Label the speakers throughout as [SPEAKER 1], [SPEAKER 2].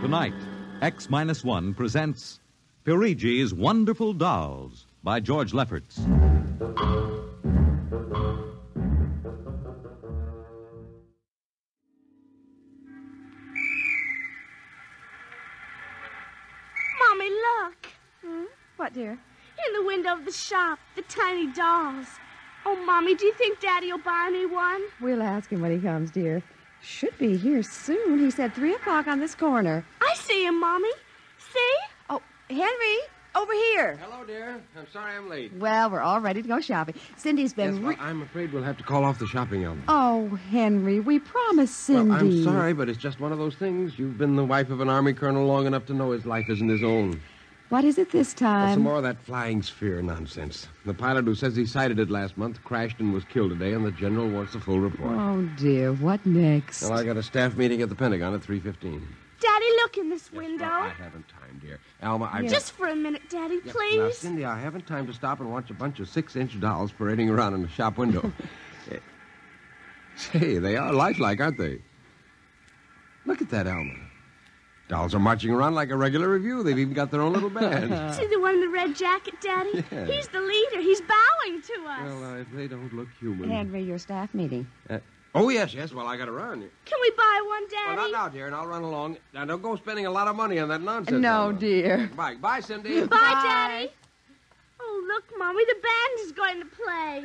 [SPEAKER 1] Tonight, X Minus One presents Pirigi's Wonderful Dolls by George Lefferts.
[SPEAKER 2] Mommy, look.
[SPEAKER 3] Hmm? What, dear?
[SPEAKER 2] In the window of the shop, the tiny dolls. Oh, Mommy, do you think Daddy will buy me one?
[SPEAKER 3] We'll ask him when he comes, dear. Should be here soon. He said three o'clock on this corner.
[SPEAKER 2] I see him, Mommy. See?
[SPEAKER 3] Oh, Henry, over here.
[SPEAKER 4] Hello, dear. I'm sorry I'm late.
[SPEAKER 3] Well, we're all ready to go shopping. Cindy's been.
[SPEAKER 4] Yes, well,
[SPEAKER 3] re-
[SPEAKER 4] I'm afraid we'll have to call off the shopping, Ellen.
[SPEAKER 3] oh, Henry, we promised Cindy.
[SPEAKER 4] Well, I'm sorry, but it's just one of those things. You've been the wife of an army colonel long enough to know his life isn't his own.
[SPEAKER 3] What is it this
[SPEAKER 4] Well, some
[SPEAKER 3] time?
[SPEAKER 4] more of that flying sphere nonsense. The pilot who says he sighted it last month crashed and was killed today, and the general wants the full report.
[SPEAKER 3] Oh dear, what next?
[SPEAKER 4] Well, I got a staff meeting at the Pentagon at three fifteen.
[SPEAKER 2] Daddy, look in this window.
[SPEAKER 4] I haven't time, dear. Alma, I
[SPEAKER 2] Just for a minute, Daddy,
[SPEAKER 4] Yeah, Now,
[SPEAKER 2] please.
[SPEAKER 4] Cindy, I haven't time to stop and watch a bunch of six-inch dolls parading around in a shop window. Eh, Say, they are lifelike, aren't they? Look at that, Alma. Dolls are marching around like a regular review. They've even got their own little band. well,
[SPEAKER 2] see the one in the red jacket, Daddy?
[SPEAKER 4] Yeah.
[SPEAKER 2] He's the leader. He's bowing to us.
[SPEAKER 4] uh, if they don't look human.
[SPEAKER 3] Henry, your staff meeting.
[SPEAKER 4] Uh, oh, yes, yes. Well, I got to run.
[SPEAKER 2] Can we buy one,
[SPEAKER 4] Well, not
[SPEAKER 2] Daddy?
[SPEAKER 4] now, dear, and I'll run along. Now, don't go spending a lot of money on that nonsense.
[SPEAKER 3] No,
[SPEAKER 4] Alma.
[SPEAKER 3] dear.
[SPEAKER 4] Bye. Bye, Cindy.
[SPEAKER 2] Bye, Daddy. Oh, look, Mommy, the band is going to play.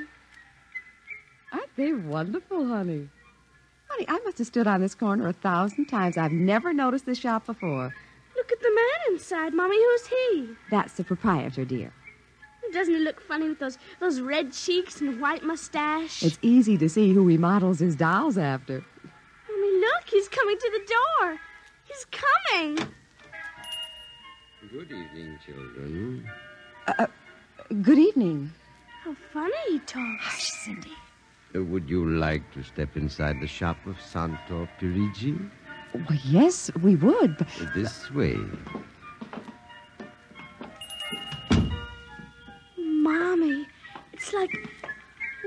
[SPEAKER 3] Aren't they wonderful, honey? Honey, I must have stood on this corner a thousand times. I've never noticed this shop before.
[SPEAKER 2] Look at the man inside, Mommy. Who's he?
[SPEAKER 3] That's the proprietor, dear.
[SPEAKER 2] Doesn't he look funny with those those red cheeks and white mustache?
[SPEAKER 3] It's easy to see who he models his dolls after.
[SPEAKER 2] Mommy, look, he's coming to the door. He's coming.
[SPEAKER 4] Good evening, children.
[SPEAKER 3] Good evening.
[SPEAKER 2] How funny he talks.
[SPEAKER 3] Hush, Cindy.
[SPEAKER 4] Uh, Would you like to step inside the shop of Santo Pirigi?
[SPEAKER 3] Well, yes, we would. But
[SPEAKER 4] This way.
[SPEAKER 2] Mommy, it's like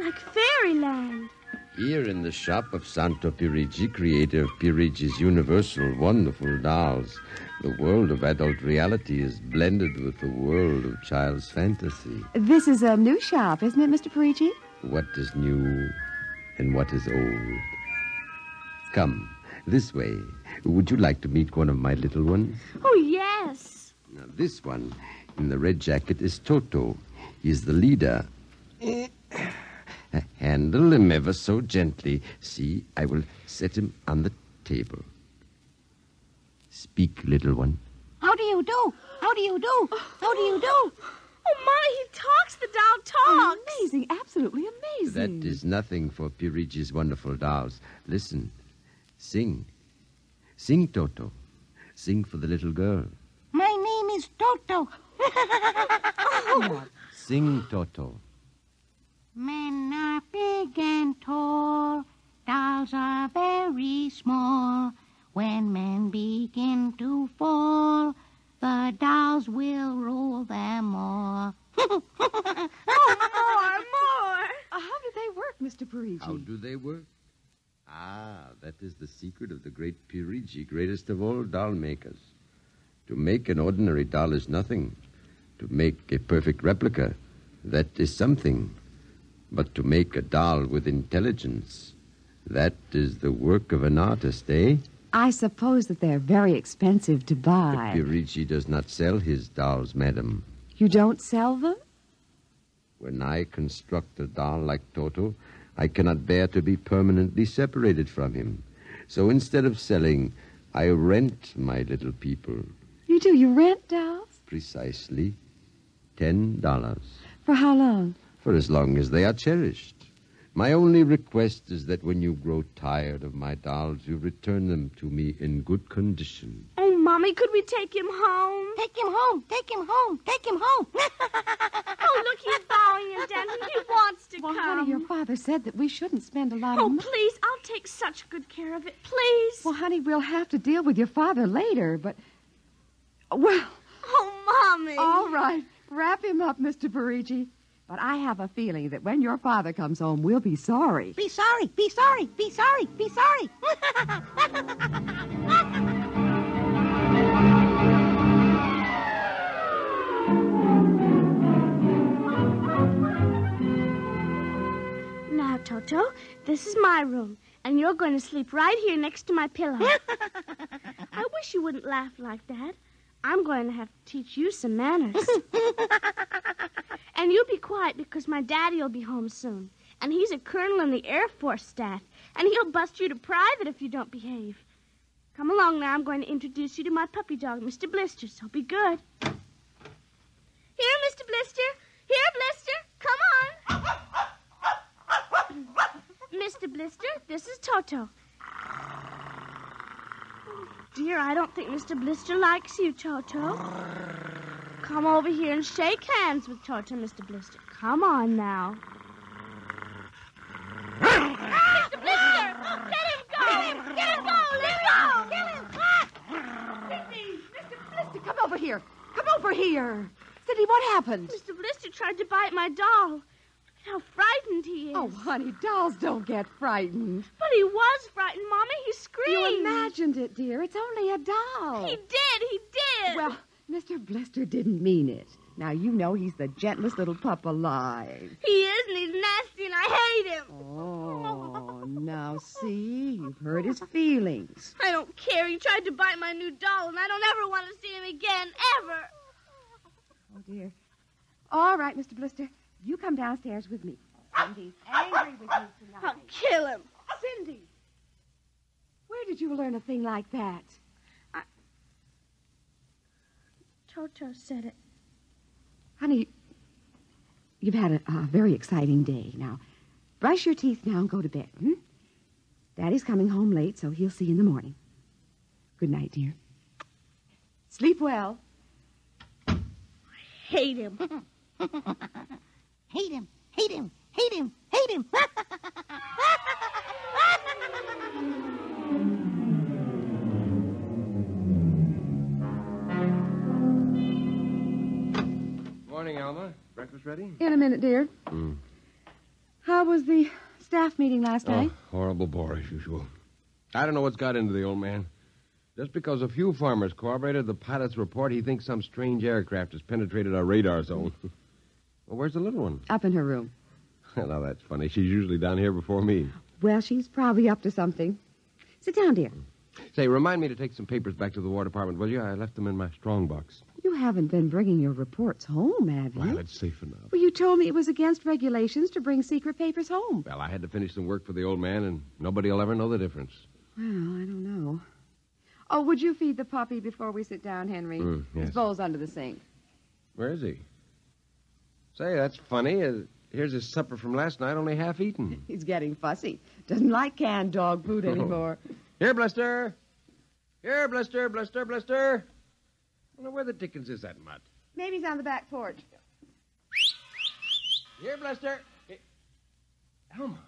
[SPEAKER 2] like fairyland.
[SPEAKER 4] Here in the shop of Santo Pirigi, creator of Pirigi's universal wonderful dolls, the world of adult reality is blended with the world of child's fantasy.
[SPEAKER 3] this is a new shop, isn't it, Mr. Parigi?
[SPEAKER 4] What is new and what is old? Come, this way. Would you like to meet one of my little ones?
[SPEAKER 2] Oh yes.
[SPEAKER 4] Now, this one in the red jacket is Toto. He's the leader. Uh, Handle him ever so gently. See, I will set him on the table. Speak, little one.
[SPEAKER 5] How do you do? How do you do? How do you do?
[SPEAKER 2] Oh Mommy, he talks. The doll
[SPEAKER 3] Mm.
[SPEAKER 2] talks.
[SPEAKER 3] Amazing, absolutely
[SPEAKER 4] That
[SPEAKER 3] amazing.
[SPEAKER 4] is nothing for Pirigi's wonderful dolls. Listen. Sing. Sing, Toto. Sing for the little girl.
[SPEAKER 5] My name is Toto.
[SPEAKER 4] Sing, Toto.
[SPEAKER 5] Men are big and tall. Dolls are very small. When men begin to fall, the dolls will rule them all.
[SPEAKER 2] More, more.
[SPEAKER 3] Uh, how do they work, Mr. Parigi?
[SPEAKER 4] How do they work? Ah, that is the secret of the great Pirigi, greatest of all doll makers. To make an ordinary doll is nothing. To make a perfect replica, that is something. But to make a doll with intelligence, that is the work of an artist, eh?
[SPEAKER 3] I suppose that they're very expensive to buy.
[SPEAKER 4] Pirigi does not sell his dolls, madam.
[SPEAKER 3] You don't sell them?
[SPEAKER 4] When I construct a doll like Toto, I cannot bear to be permanently separated from him. So instead of selling, I rent my little people
[SPEAKER 3] You do. You rent dolls?
[SPEAKER 4] precisely ten dollars
[SPEAKER 3] For how long?
[SPEAKER 4] for as long as they are cherished. My only request is that when you grow tired of my dolls, you return them to me in good condition.
[SPEAKER 2] Oh Mommy, could we take him home?
[SPEAKER 5] Take him home. Take him home. Take him home.
[SPEAKER 2] Oh look, he's bowing and dancing. He wants to
[SPEAKER 3] Well,
[SPEAKER 2] come.
[SPEAKER 3] honey, your father said that we shouldn't spend a lot of
[SPEAKER 2] Oh
[SPEAKER 3] money.
[SPEAKER 2] please, I'll take such good care of it. Please.
[SPEAKER 3] Well, honey, we'll have to deal with your father later, but. Well,
[SPEAKER 2] Oh Mommy.
[SPEAKER 3] all right. Wrap him up, Mr. Parigi. But I have a feeling that when your father comes home, we'll be sorry.
[SPEAKER 5] be sorry. Be sorry. Be sorry. Be sorry.
[SPEAKER 2] Now, Toto, this is my room, and you're going to sleep right here next to my pillow. I wish you wouldn't laugh like that. I'm going to have to teach you some manners. and you be quiet because my daddy will be home soon. And he's a colonel in the Air Force staff, and he'll bust you to private if you don't behave. Come along now. I'm going to introduce you to my puppy dog, Mr. Blister, so be good. Here, Mr. Blister. Here, Blister. Come on. Mr. Blister, this is Toto. Dear, I don't think Mr. Blister likes you, Toto. Come over here and shake hands with Toto, Mr. Blister. Come on now. Mr. Blister! Let him go! Let him, let him go! Let him go! Let him
[SPEAKER 3] Mr. Blister, come over here. Come over here. Cindy, what happened?
[SPEAKER 2] Mr. Blister tried to bite my doll. Look how frightened he is.
[SPEAKER 3] Oh, honey, dolls don't get frightened.
[SPEAKER 2] But he was frightened, Mommy. He screamed.
[SPEAKER 3] You imagined it, dear. It's only a doll.
[SPEAKER 2] He did. He did.
[SPEAKER 3] Well, Mr. Blister didn't mean it. Now, you know he's the gentlest little pup alive.
[SPEAKER 2] he is, and he's nasty, and I hate him.
[SPEAKER 3] Oh, now see, you've hurt his feelings.
[SPEAKER 2] I don't care. He tried to bite my new doll, and I don't ever want to see him again, ever.
[SPEAKER 3] Oh, dear. All right, Mr. Blister, you come downstairs with me. Cindy's angry with you
[SPEAKER 2] I'll kill him.
[SPEAKER 3] Cindy! Where did you learn a thing like that?
[SPEAKER 2] Toto said it.
[SPEAKER 3] Honey, you've had a, a very exciting day. Now, brush your teeth now and go to bed. Hmm? Daddy's coming home late, so he'll see you in the morning. Good night, dear. Sleep well.
[SPEAKER 2] Hate him.
[SPEAKER 5] Hate him, hate him, hate him, hate him.
[SPEAKER 4] Morning, Alma. Breakfast ready?
[SPEAKER 3] In a minute, dear.
[SPEAKER 4] Mm. Oh.
[SPEAKER 3] How was the staff meeting last night?
[SPEAKER 4] horrible bore as usual. I don't know what's got into the old man. Just because a few farmers corroborated the pilot's report, he thinks some strange aircraft has penetrated our radar zone. well, where's the little one?
[SPEAKER 3] Up in her room.
[SPEAKER 4] now, that's funny. She's usually down here before me.
[SPEAKER 3] Well, she's probably up to something. Sit down, dear.
[SPEAKER 4] Mm. Say, remind me to take some papers back to the War Department, will you? I left them in my strongbox.
[SPEAKER 3] You haven't been bringing your reports home, have you?
[SPEAKER 4] Well, it's safe enough.
[SPEAKER 3] Well, you told me it was against regulations to bring secret papers home.
[SPEAKER 4] Well, I had to finish some work for the old man, and nobody will ever know the difference.
[SPEAKER 3] Well, I don't know. Oh, would you feed the puppy before we sit down, Henry?
[SPEAKER 4] Mm, yes.
[SPEAKER 3] His bowl's under the sink.
[SPEAKER 4] Where is he? Say, that's funny. Uh, here's his supper from last night, only half eaten.
[SPEAKER 3] He's getting fussy. Doesn't like canned dog food
[SPEAKER 4] Oh.
[SPEAKER 3] anymore.
[SPEAKER 4] Here, Blister. Here, Blister, Blister, Blister. I wonder where the dickens is that mutt.
[SPEAKER 3] Maybe he's on the back porch.
[SPEAKER 4] Here, Blister. Eh, Alma.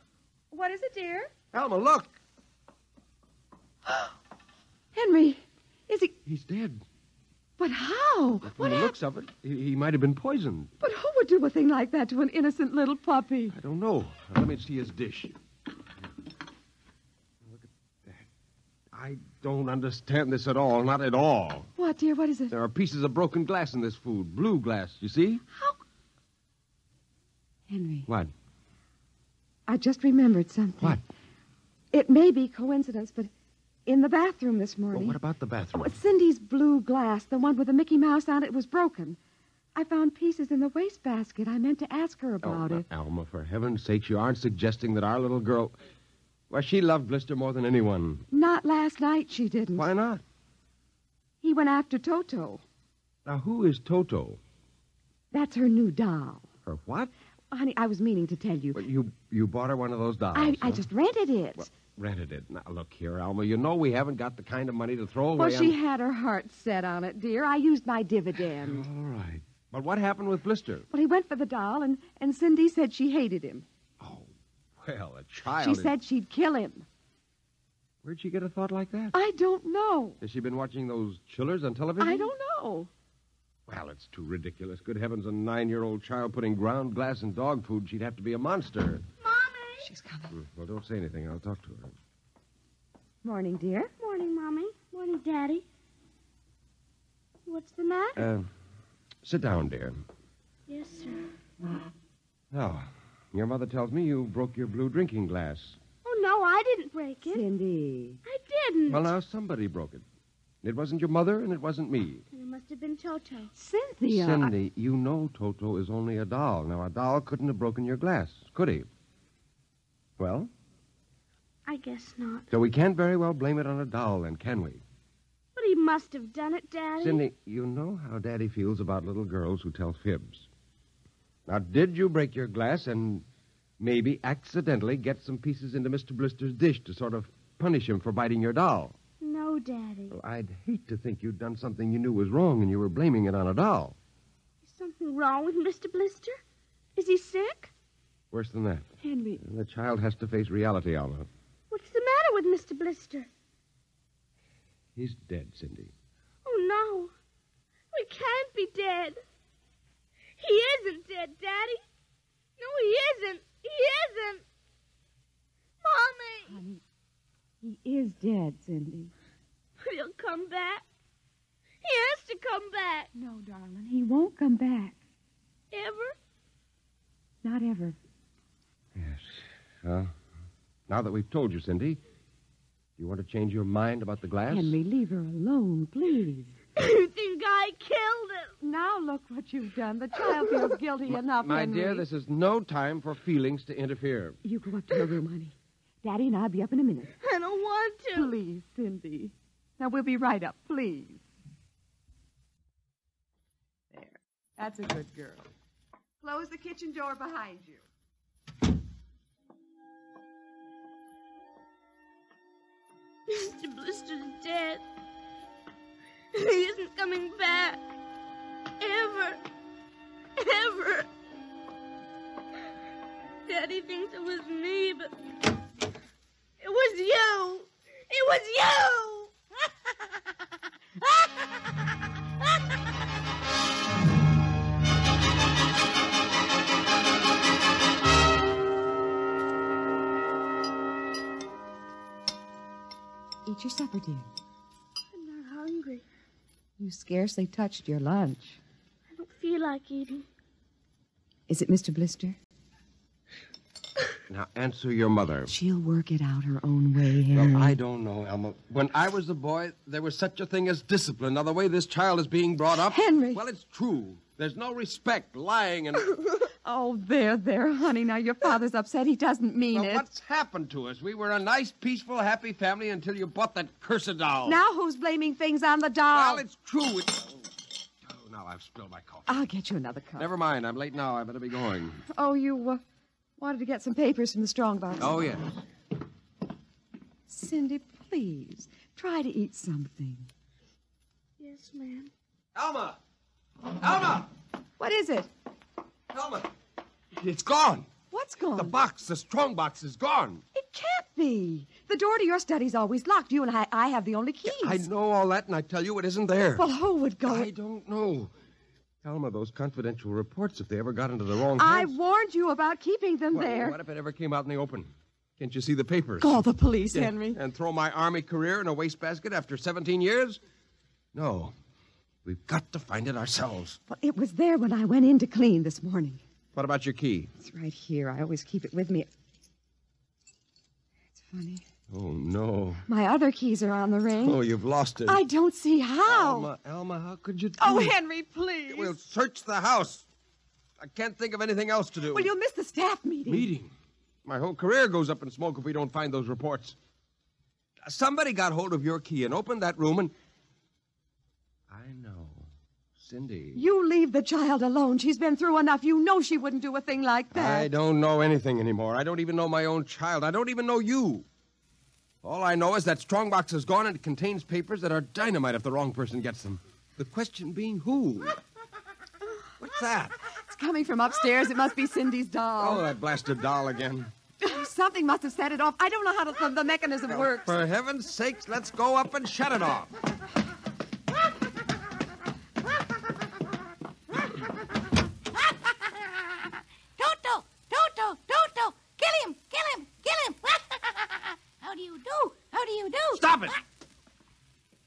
[SPEAKER 3] What is it, dear?
[SPEAKER 4] Alma, look.
[SPEAKER 3] Henry, is he?
[SPEAKER 4] He's dead.
[SPEAKER 3] But how?
[SPEAKER 4] From
[SPEAKER 3] What
[SPEAKER 4] the
[SPEAKER 3] happened?
[SPEAKER 4] looks of it, he, he might have been poisoned.
[SPEAKER 3] But who would do a thing like that to an innocent little puppy?
[SPEAKER 4] I don't know. Let me see his dish. Look at that. I don't understand this at all. Not at all.
[SPEAKER 3] What, dear? What is it?
[SPEAKER 4] There are pieces of broken glass in this food. Blue glass, you see?
[SPEAKER 3] Henry,
[SPEAKER 4] What?
[SPEAKER 3] I just remembered something.
[SPEAKER 4] What?
[SPEAKER 3] It may be coincidence, but in the bathroom this morning.
[SPEAKER 4] Well, what about the
[SPEAKER 3] Oh,
[SPEAKER 4] bathroom?
[SPEAKER 3] Cindy's blue glass, the one with the Mickey Mouse on it, was broken. I found pieces in the wastebasket. I meant to ask her
[SPEAKER 4] Oh,
[SPEAKER 3] about
[SPEAKER 4] now,
[SPEAKER 3] it.
[SPEAKER 4] Alma, for heaven's sake, you aren't suggesting that our little girl. Well, she loved Blister more than anyone.
[SPEAKER 3] Not last night, she didn't.
[SPEAKER 4] Why not?
[SPEAKER 3] He went after Toto.
[SPEAKER 4] Now, who is Toto?
[SPEAKER 3] That's her new doll.
[SPEAKER 4] Her what?
[SPEAKER 3] Honey, I was meaning to tell you.
[SPEAKER 4] Well, you you bought her one of those dolls.
[SPEAKER 3] I, I
[SPEAKER 4] huh?
[SPEAKER 3] just rented it.
[SPEAKER 4] Well, rented it. Now look here, Alma. You know we haven't got the kind of money to throw
[SPEAKER 3] Well,
[SPEAKER 4] away.
[SPEAKER 3] Oh, she had her heart set on it, dear. I used my dividend.
[SPEAKER 4] on... All right. But what happened with Blister?
[SPEAKER 3] Well, he went for the doll, and, and Cindy said she hated him.
[SPEAKER 4] Oh, well, a child.
[SPEAKER 3] She
[SPEAKER 4] is-
[SPEAKER 3] said she'd kill him.
[SPEAKER 4] Where'd she get a thought like that?
[SPEAKER 3] I don't know.
[SPEAKER 4] Has she been watching those chillers on television?
[SPEAKER 3] Uh, I don't know.
[SPEAKER 4] Well, it's too ridiculous. Good heavens, a nine-year-old child putting ground glass in dog food. She'd have to be a monster. Mm,
[SPEAKER 2] Mommy.
[SPEAKER 3] She's coming.
[SPEAKER 4] Well, don't say anything. I'll talk to her.
[SPEAKER 3] Morning, dear.
[SPEAKER 2] Morning, Mommy. Morning, Daddy. What's the matter?
[SPEAKER 4] Uh, sit down, dear.
[SPEAKER 2] yes, sir.
[SPEAKER 4] Oh, Your mother tells me you broke your blue drinking glass.
[SPEAKER 2] Oh, no, I didn't break it.
[SPEAKER 3] Cindy.
[SPEAKER 2] I didn't.
[SPEAKER 4] Well, uh, now somebody broke it. It wasn't your mother, and it wasn't me.
[SPEAKER 2] Then it must have been Toto.
[SPEAKER 3] Cynthia. I-
[SPEAKER 4] Cindy, you know Toto is only a doll. Now, a doll couldn't have broken your glass, could he? Well,
[SPEAKER 2] I guess not.
[SPEAKER 4] so we can't very well blame it on a doll, then, can we?
[SPEAKER 2] But he must have done it, Daddy.
[SPEAKER 4] Cindy, you know how Daddy feels about little girls who tell fibs. Now, did you break your glass and maybe accidentally get some pieces into Mr. Blister's dish to sort of punish him for biting your doll?
[SPEAKER 2] No, Daddy.
[SPEAKER 4] Well, I'd hate to think you'd done something you knew was wrong and you were blaming it on a doll.
[SPEAKER 2] Is something wrong with Mr. Blister? Is he sick?
[SPEAKER 4] Worse than that,
[SPEAKER 3] Henry.
[SPEAKER 4] the child has to face reality, Alma.
[SPEAKER 2] What's the matter with Mr. Blister?
[SPEAKER 4] He's dead, Cindy.
[SPEAKER 2] Oh, no. We can't be dead. He isn't dead, Daddy. No, he isn't. He isn't. Mommy,
[SPEAKER 3] Honey, he is dead, Cindy.
[SPEAKER 2] but he'll come back. He has to come back.
[SPEAKER 3] No, darling, he won't come back.
[SPEAKER 2] Ever?
[SPEAKER 3] Not ever.
[SPEAKER 4] Yes. Well, now that we've told you, Cindy, do you want to change your mind about the glass?
[SPEAKER 3] Henry, leave her alone, please.
[SPEAKER 2] you think I killed him?
[SPEAKER 3] Now look what you've done. The child feels guilty enough,
[SPEAKER 4] My
[SPEAKER 3] Henry.
[SPEAKER 4] dear, this is no time for feelings to interfere.
[SPEAKER 3] You go up to your room, honey. Daddy and I'll be up in a minute.
[SPEAKER 2] I don't want to.
[SPEAKER 6] Please, Cindy. Now we'll be right up, please. There. That's a good girl. Close the kitchen door behind you.
[SPEAKER 2] Mr. Blister's dead. He isn't coming back. Ever. Ever. Daddy thinks it was me, but it was you. It was you.
[SPEAKER 3] Eat your supper, dear.
[SPEAKER 2] I'm not hungry.
[SPEAKER 3] You scarcely touched your lunch.
[SPEAKER 2] I don't feel like eating.
[SPEAKER 3] Is it Mr. Blister?
[SPEAKER 4] Now, answer your mother.
[SPEAKER 3] She'll work it out her own way, Henry.
[SPEAKER 4] Well, I don't know, Elma. When I was a boy, there was such a thing as discipline. Now, the way this child is being brought up.
[SPEAKER 3] Henry.
[SPEAKER 4] Well, it's true. There's no respect, lying, and.
[SPEAKER 6] Oh, there, there, honey. Now your father's upset. He doesn't mean
[SPEAKER 4] Now,
[SPEAKER 6] it.
[SPEAKER 4] what's happened to us? We were a nice, peaceful, happy family until you bought that cursed doll.
[SPEAKER 6] Now who's blaming things on the
[SPEAKER 4] Well,
[SPEAKER 6] doll?
[SPEAKER 4] it's true. It's... Oh, now I've spilled my coffee.
[SPEAKER 6] I'll get you another cup.
[SPEAKER 4] Never mind. I'm late now. I better be going.
[SPEAKER 6] Oh, you uh, wanted to get some papers from the strong box.
[SPEAKER 4] Oh, yes.
[SPEAKER 3] Cindy, please. Try to eat something.
[SPEAKER 2] Yes, ma'am.
[SPEAKER 4] Elma! Elma!
[SPEAKER 6] What is it?
[SPEAKER 4] Elma! It's gone.
[SPEAKER 6] What's gone?
[SPEAKER 4] The box, the strong box, is gone.
[SPEAKER 6] It can't be. The door to your study's always locked. You and I, I have the only keys.
[SPEAKER 4] I know all that, and I tell you it isn't there.
[SPEAKER 6] Well, uh, who would go?
[SPEAKER 4] I don't know. Alma, those confidential reports, if they ever got into the wrong
[SPEAKER 6] I
[SPEAKER 4] hands.
[SPEAKER 6] warned you about keeping them
[SPEAKER 4] What-
[SPEAKER 6] there.
[SPEAKER 4] What if it ever came out in the open? Can't you see the papers?
[SPEAKER 6] Call the police, Henry.
[SPEAKER 4] And throw my army career in a wastebasket after 17 years? No. We've got to find it ourselves.
[SPEAKER 6] Well, it was there when I went in to clean this morning.
[SPEAKER 4] What about your key?
[SPEAKER 6] It's right here. I always keep it with me. It's funny.
[SPEAKER 4] Oh, no.
[SPEAKER 6] My other keys are on the ring.
[SPEAKER 4] Oh, you've lost it.
[SPEAKER 6] I don't see how.
[SPEAKER 4] Alma, Alma, how could you do
[SPEAKER 6] Oh,
[SPEAKER 4] it?
[SPEAKER 6] Henry, please.
[SPEAKER 4] We'll search the house. I can't think of anything else to do.
[SPEAKER 6] Well, you'll miss the staff meeting.
[SPEAKER 4] Meeting. My whole career goes up in smoke if we don't find those reports. Somebody got hold of your key and opened that room and. I know. Cindy.
[SPEAKER 6] You leave the child alone. She's been through enough. You know she wouldn't do a thing like that.
[SPEAKER 4] I don't know anything anymore. I don't even know my own child. I don't even know you. All I know is that strong box is gone and it contains papers that are dynamite if the wrong person gets them. The question being who? What's that?
[SPEAKER 6] It's coming from upstairs. It must be Cindy's
[SPEAKER 4] Oh,
[SPEAKER 6] doll.
[SPEAKER 4] that blasted doll again.
[SPEAKER 6] Something must have set it off. I don't know how the, the mechanism works.
[SPEAKER 4] For heaven's sakes, let's go up and shut it off.
[SPEAKER 5] Toto! Toto! Toto! Kill him! Kill him! Kill him! How do you do? How do you do?
[SPEAKER 4] Stop it!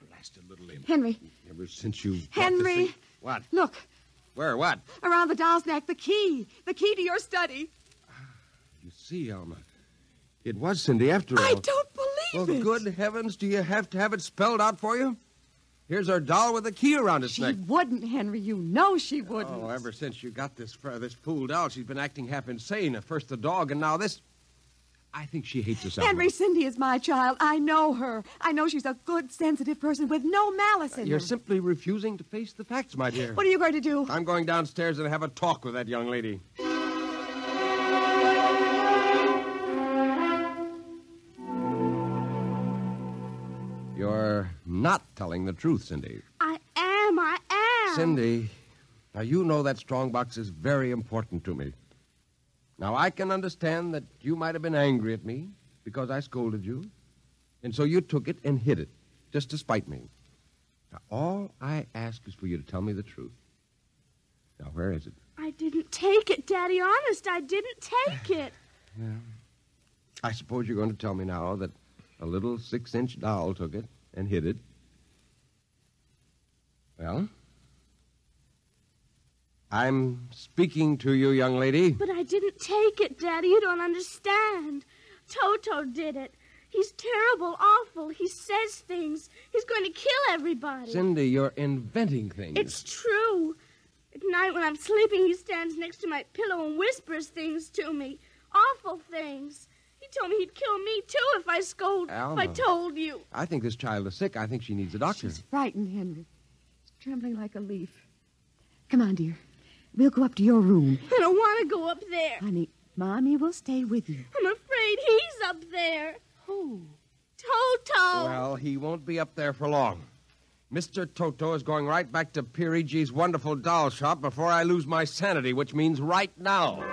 [SPEAKER 4] Blasted little imp.
[SPEAKER 6] Henry,
[SPEAKER 4] Ever since you.
[SPEAKER 6] Henry.
[SPEAKER 4] What?
[SPEAKER 6] look.
[SPEAKER 4] Where? What?
[SPEAKER 6] Around the doll's neck, the key. The key to your study.
[SPEAKER 4] see, Alma. It was Cindy after all.
[SPEAKER 7] I don't believe
[SPEAKER 4] Oh. Well,
[SPEAKER 7] it.
[SPEAKER 4] good heavens, do you have to have it spelled out for you? Here's her doll with a key around its
[SPEAKER 7] She
[SPEAKER 4] neck.
[SPEAKER 7] wouldn't, Henry. You know she wouldn't.
[SPEAKER 4] Oh, ever since you got this fr- this fool doll, she's been acting half insane. At First the dog, and now this. I think she hates herself.
[SPEAKER 7] Henry, Cindy is my child. I know her. I know she's a good, sensitive person with no malice in
[SPEAKER 4] You're
[SPEAKER 7] her.
[SPEAKER 4] simply refusing to face the facts, my dear.
[SPEAKER 7] What are you going to do?
[SPEAKER 4] I'm going downstairs and have a talk with that young lady. You're not telling the truth, Cindy.
[SPEAKER 2] I am, I am.
[SPEAKER 4] Cindy, now you know that strong box is very important to me. Now I can understand that you might have been angry at me because I scolded you, and so you took it and hid it just to spite me. Now all I ask is for you to tell me the truth. Now where is it?
[SPEAKER 2] I didn't take it, Daddy. Honest, I didn't take it.
[SPEAKER 4] I suppose you're going to tell me now that a little six-inch doll took it and hid it. Well, I'm speaking to you, young lady.
[SPEAKER 2] But I didn't take it, Daddy. You don't understand. Toto did it. He's terrible, awful. He says things. He's going to kill everybody.
[SPEAKER 4] Cindy, you're inventing things.
[SPEAKER 2] It's true. At night when I'm sleeping, he stands next to my pillow and whispers things to me. Awful things. He told me he'd kill me, too, if I scold, if I
[SPEAKER 4] Alma.
[SPEAKER 2] told you.
[SPEAKER 4] I think this child is sick. I think she needs a doctor.
[SPEAKER 3] She's frightened, Henry. She's trembling like a leaf. Come on, dear. We'll go up to your room.
[SPEAKER 2] I don't want to go up there.
[SPEAKER 3] Honey, Mommy will stay with you.
[SPEAKER 2] I'm afraid he's up there.
[SPEAKER 3] Who?
[SPEAKER 2] Toto!
[SPEAKER 4] Well, he won't be up there for long. Mr. Toto is going right back to Pirigi's wonderful doll shop before I lose my sanity, which means right now.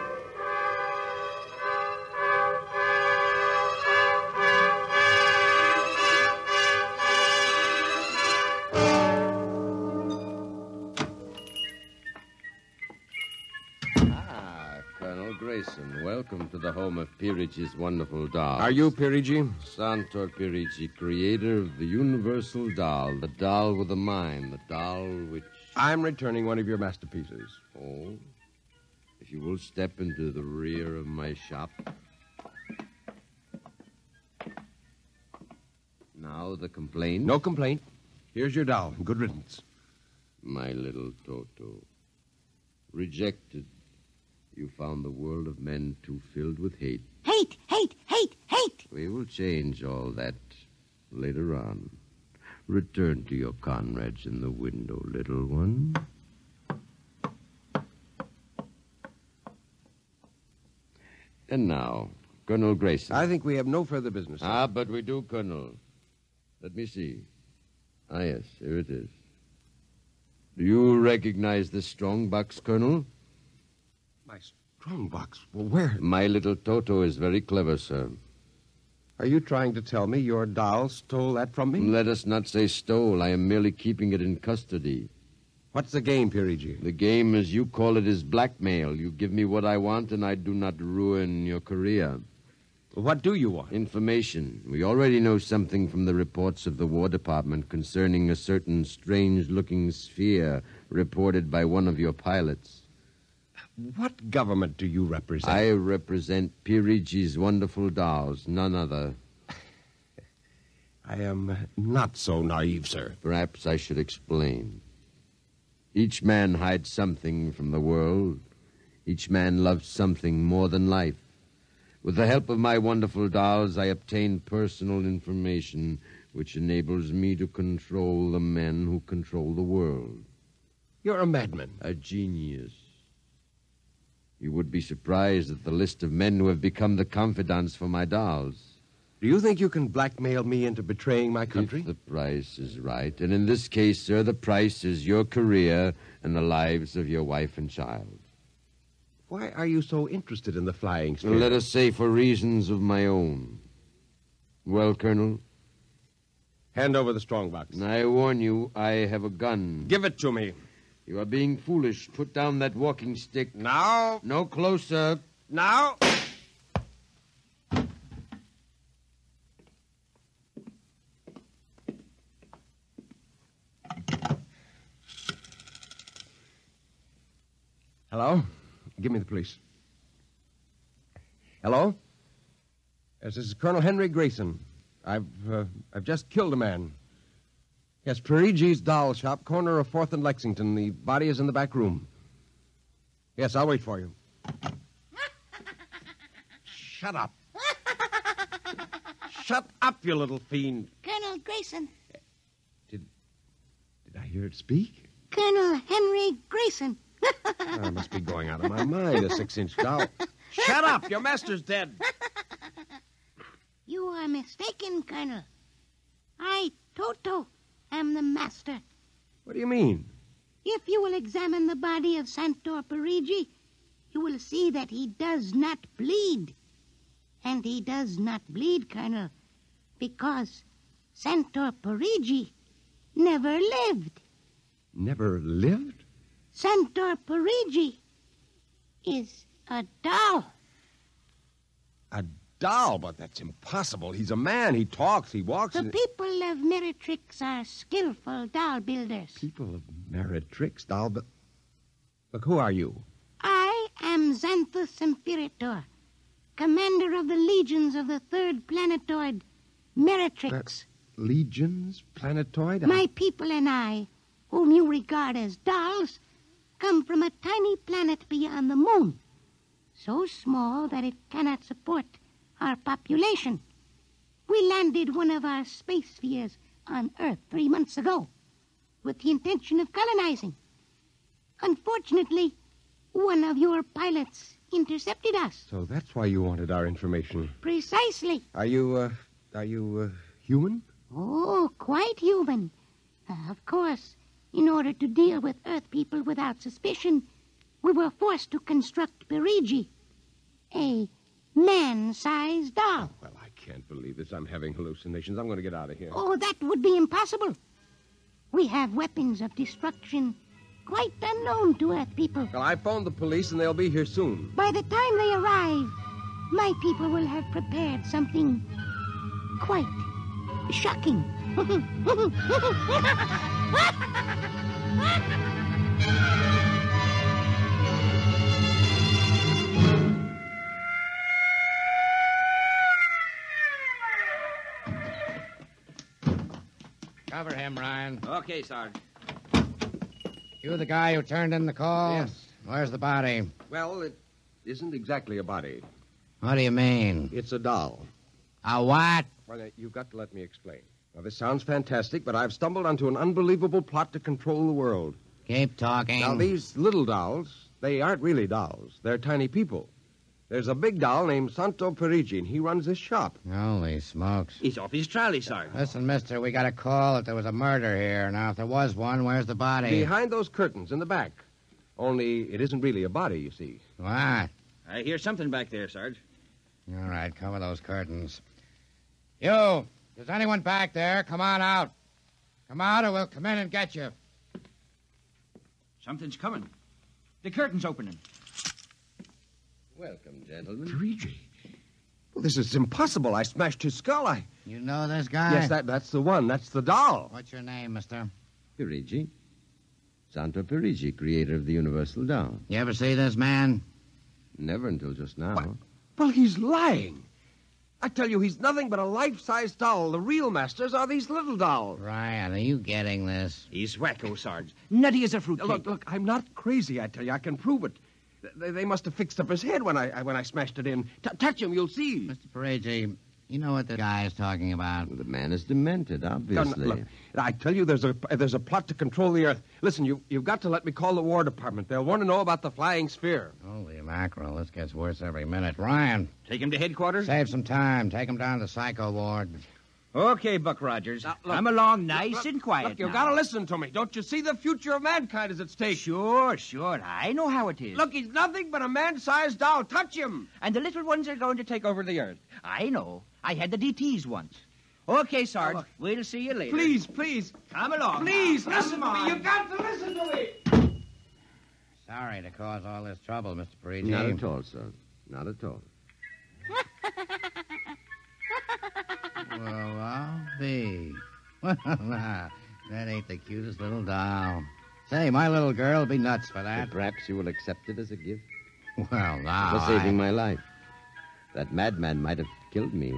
[SPEAKER 8] Ah, Colonel Grayson, welcome to the home of Peerage's wonderful doll.
[SPEAKER 4] Are you Pirigi?
[SPEAKER 8] Santor Pirigi, creator of the universal doll, the doll with a mind, the doll which.
[SPEAKER 4] I'm returning one of your masterpieces.
[SPEAKER 8] Oh. If you will step into the rear of my shop. Now the complaint.
[SPEAKER 4] No complaint. Here's your doll. Good riddance.
[SPEAKER 8] My little Toto. Rejected. You found the world of men too filled with hate.
[SPEAKER 5] Hate, hate, hate, hate.
[SPEAKER 8] We will change all that later on. Return to your comrades in the window, little one. And now, Colonel Grayson.
[SPEAKER 4] I think we have no further business.
[SPEAKER 8] Ah, but we do, Colonel. Let me see. Ah, yes, here it is. Do you recognize this strong box, Colonel?
[SPEAKER 4] my strong box. Well, where?
[SPEAKER 8] My little Toto is very clever, sir.
[SPEAKER 4] Are you trying to tell me your doll stole that from me?
[SPEAKER 8] Let us not say stole. I am merely keeping it in custody.
[SPEAKER 4] What's the game, Pirigi?
[SPEAKER 8] The game, as you call it, is blackmail. You give me what I want, and I do not ruin your career.
[SPEAKER 4] What do you want?
[SPEAKER 8] Information. We already know something from the reports of the War Department concerning a certain strange looking sphere reported by one of your pilots.
[SPEAKER 4] What government do you represent?
[SPEAKER 8] I represent Pirigi's wonderful dolls, none other.
[SPEAKER 4] I am not so naive, sir.
[SPEAKER 8] Perhaps I should explain. Each man hides something from the world. Each man loves something more than life. With the help of my wonderful dolls, I obtain personal information which enables me to control the men who control the world.
[SPEAKER 4] You're a madman.
[SPEAKER 8] A genius. You would be surprised at the list of men who have become the confidants for my dolls.
[SPEAKER 4] Do you think you can blackmail me into betraying my country?
[SPEAKER 8] If the price is right, and in this case, sir, the price is your career and the lives of your wife and child.
[SPEAKER 4] Why are you so interested in the flying sphere?
[SPEAKER 8] Let us say for reasons of my own. Well, Colonel,
[SPEAKER 4] Hand over the strong box.
[SPEAKER 8] I warn you, I have a gun.
[SPEAKER 4] Give it to me.
[SPEAKER 8] You are being foolish. Put down that walking stick.
[SPEAKER 4] Now,
[SPEAKER 8] No closer.
[SPEAKER 4] now. Hello? Give me the police. Hello? Yes, this is Colonel Henry Grayson. I've uh, I've just killed a man. Yes, Parigi's doll shop, corner of Fourth and Lexington. The body is in the back room. Yes, I'll wait for you. Shut up. Shut up, you little fiend.
[SPEAKER 5] Colonel Grayson.
[SPEAKER 4] Did I hear it speak?
[SPEAKER 5] Colonel Henry Grayson.
[SPEAKER 4] Oh, I must be going out of my mind, a six inch doll. Shut up! Your master's dead.
[SPEAKER 5] You are mistaken, Colonel. I, Toto, am the master.
[SPEAKER 4] What do you mean?
[SPEAKER 5] If you will examine the body of Santor Parigi, you will see that he does not bleed. And he does not bleed, Colonel, because Santor Parigi never lived.
[SPEAKER 4] Never lived?
[SPEAKER 5] Santor Parigi is a doll.
[SPEAKER 4] A doll, but that's impossible. He's a man. He talks, he walks.
[SPEAKER 5] The
[SPEAKER 4] and-
[SPEAKER 5] people of Meritrix are skillful doll builders.
[SPEAKER 4] People of Meritrix, doll, but. Look, who are you?
[SPEAKER 5] I am Xanthus Imperator, commander of the legions of the third planetoid, Meritrix.
[SPEAKER 4] Legions? Planetoid? I-
[SPEAKER 5] My people and I, whom you regard as dolls, come from a tiny planet beyond the moon, so small that it cannot support our population. We landed one of our space spheres on Earth three months ago with the intention of colonizing. Unfortunately, one of your pilots intercepted us.
[SPEAKER 4] So that's why you wanted our information.
[SPEAKER 5] Precisely.
[SPEAKER 4] Are you, uh. Are you, uh, human?
[SPEAKER 5] Oh, quite human. Uh, of course, in order to deal with Earth people without suspicion, we were forced to construct Perigi, a man sized doll.
[SPEAKER 4] Well, I can't believe this. I'm having hallucinations. I'm going to get out of here.
[SPEAKER 5] Oh, that would be impossible. We have weapons of destruction quite unknown to Earth people.
[SPEAKER 4] Well, I phoned the police, and they'll be here soon.
[SPEAKER 5] By the time they arrive, my people will have prepared something quite shocking.
[SPEAKER 9] Cover him, Ryan.
[SPEAKER 10] Okay, Sarge.
[SPEAKER 9] You the guy who turned in the call?
[SPEAKER 4] Yes.
[SPEAKER 9] Where's the body?
[SPEAKER 4] Well, it isn't exactly a body.
[SPEAKER 9] What do you mean?
[SPEAKER 4] It's a doll.
[SPEAKER 9] A what?
[SPEAKER 4] Well, now, you've got to let me explain. Now, this sounds fantastic, but I've stumbled onto an unbelievable plot to control the world.
[SPEAKER 9] Keep talking.
[SPEAKER 4] Now, these little dolls, they aren't really dolls. They're tiny people. There's a big doll named Santo Parigi, and he runs this shop.
[SPEAKER 9] Holy smokes.
[SPEAKER 10] He's off his trolley, Sarge.
[SPEAKER 9] Listen, mister, we got a call that there was a murder here. Now, if there was one, where's the body?
[SPEAKER 4] Behind those curtains in the back. Only it isn't really a body, you see.
[SPEAKER 9] What?
[SPEAKER 10] I hear something back there, Sarge.
[SPEAKER 9] All right, cover those curtains. You, is anyone back there? Come on out. Come out, or we'll come in and get you.
[SPEAKER 10] Something's coming. The curtain's opening.
[SPEAKER 8] Welcome, gentlemen.
[SPEAKER 4] Parigi? Well, this is impossible. I smashed his skull. I...
[SPEAKER 9] You know this guy?
[SPEAKER 4] Yes, that, that's the one. That's the doll.
[SPEAKER 9] What's your name, mister?
[SPEAKER 8] Parigi. Santo Parigi, creator of the Universal Doll.
[SPEAKER 9] You ever see this man?
[SPEAKER 8] Never until just now.
[SPEAKER 4] What? Well, he's lying. I tell you, he's nothing but a life size doll. The real masters are these little dolls.
[SPEAKER 9] Ryan, are you getting this?
[SPEAKER 10] He's wacko, Sarge. Nutty as a fruit.
[SPEAKER 4] Look, look, I'm not crazy, I tell you. I can prove it. Th- They, they must have fixed up his head when I, I- when I smashed it in. T- touch him, you'll see.
[SPEAKER 9] Mr. Parigi, you know what the guy is talking about.
[SPEAKER 8] The man is demented,
[SPEAKER 4] No, no,
[SPEAKER 8] obviously.
[SPEAKER 4] look, I tell you, there's a there's a plot to control the Earth. Listen, you, you've got to let me call the War Department. They'll want to know about the flying sphere.
[SPEAKER 9] Holy mackerel, this gets worse every minute. Ryan,
[SPEAKER 10] Take him to headquarters.
[SPEAKER 9] save some time. Take him down to psycho ward.
[SPEAKER 10] Okay, Buck Rogers.
[SPEAKER 4] Now, look.
[SPEAKER 10] Come along nice
[SPEAKER 4] Look,
[SPEAKER 10] and quiet.
[SPEAKER 4] Look, you've
[SPEAKER 10] now.
[SPEAKER 4] got to listen to me. Don't you see the future of mankind is at stake?
[SPEAKER 10] Sure, sure. I know how it is.
[SPEAKER 4] Look, he's nothing but a man-sized doll. Touch him.
[SPEAKER 10] and the little ones are going to take over the earth. I know. I had the DTs once. Okay, Sarge.
[SPEAKER 4] Oh, look.
[SPEAKER 10] we'll see you later.
[SPEAKER 4] Please, please,
[SPEAKER 10] Come along.
[SPEAKER 4] please,
[SPEAKER 10] now.
[SPEAKER 4] listen
[SPEAKER 10] Come
[SPEAKER 4] to me.
[SPEAKER 10] on.
[SPEAKER 4] You've got to listen to me.
[SPEAKER 9] Sorry to cause all this trouble, Mr. Parigi.
[SPEAKER 8] Not at all, sir. Not at all.
[SPEAKER 9] Well, I'll be. Well, now, that ain't the cutest little doll. Say, my little girl will be nuts for that.
[SPEAKER 8] Perhaps you will accept it as a gift
[SPEAKER 9] Well, now.
[SPEAKER 8] for saving
[SPEAKER 9] Ah,
[SPEAKER 8] my
[SPEAKER 9] I-
[SPEAKER 8] life. That madman might have killed me.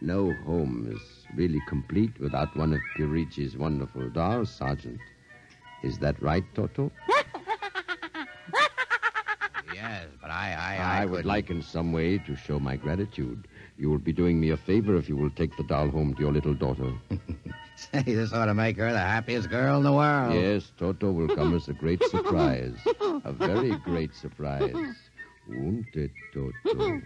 [SPEAKER 8] No home is really complete without one of Pirichi's wonderful dolls, Sergeant. Is that right, Toto?
[SPEAKER 9] Yes, but I, I,
[SPEAKER 8] I, would like in some way to show my gratitude. You will be doing me a favor if you will take the doll home to your little daughter.
[SPEAKER 9] Say, this ought to make her the happiest girl in the world.
[SPEAKER 8] Yes, Toto will come as a great surprise. A very great surprise. Won't it, Toto?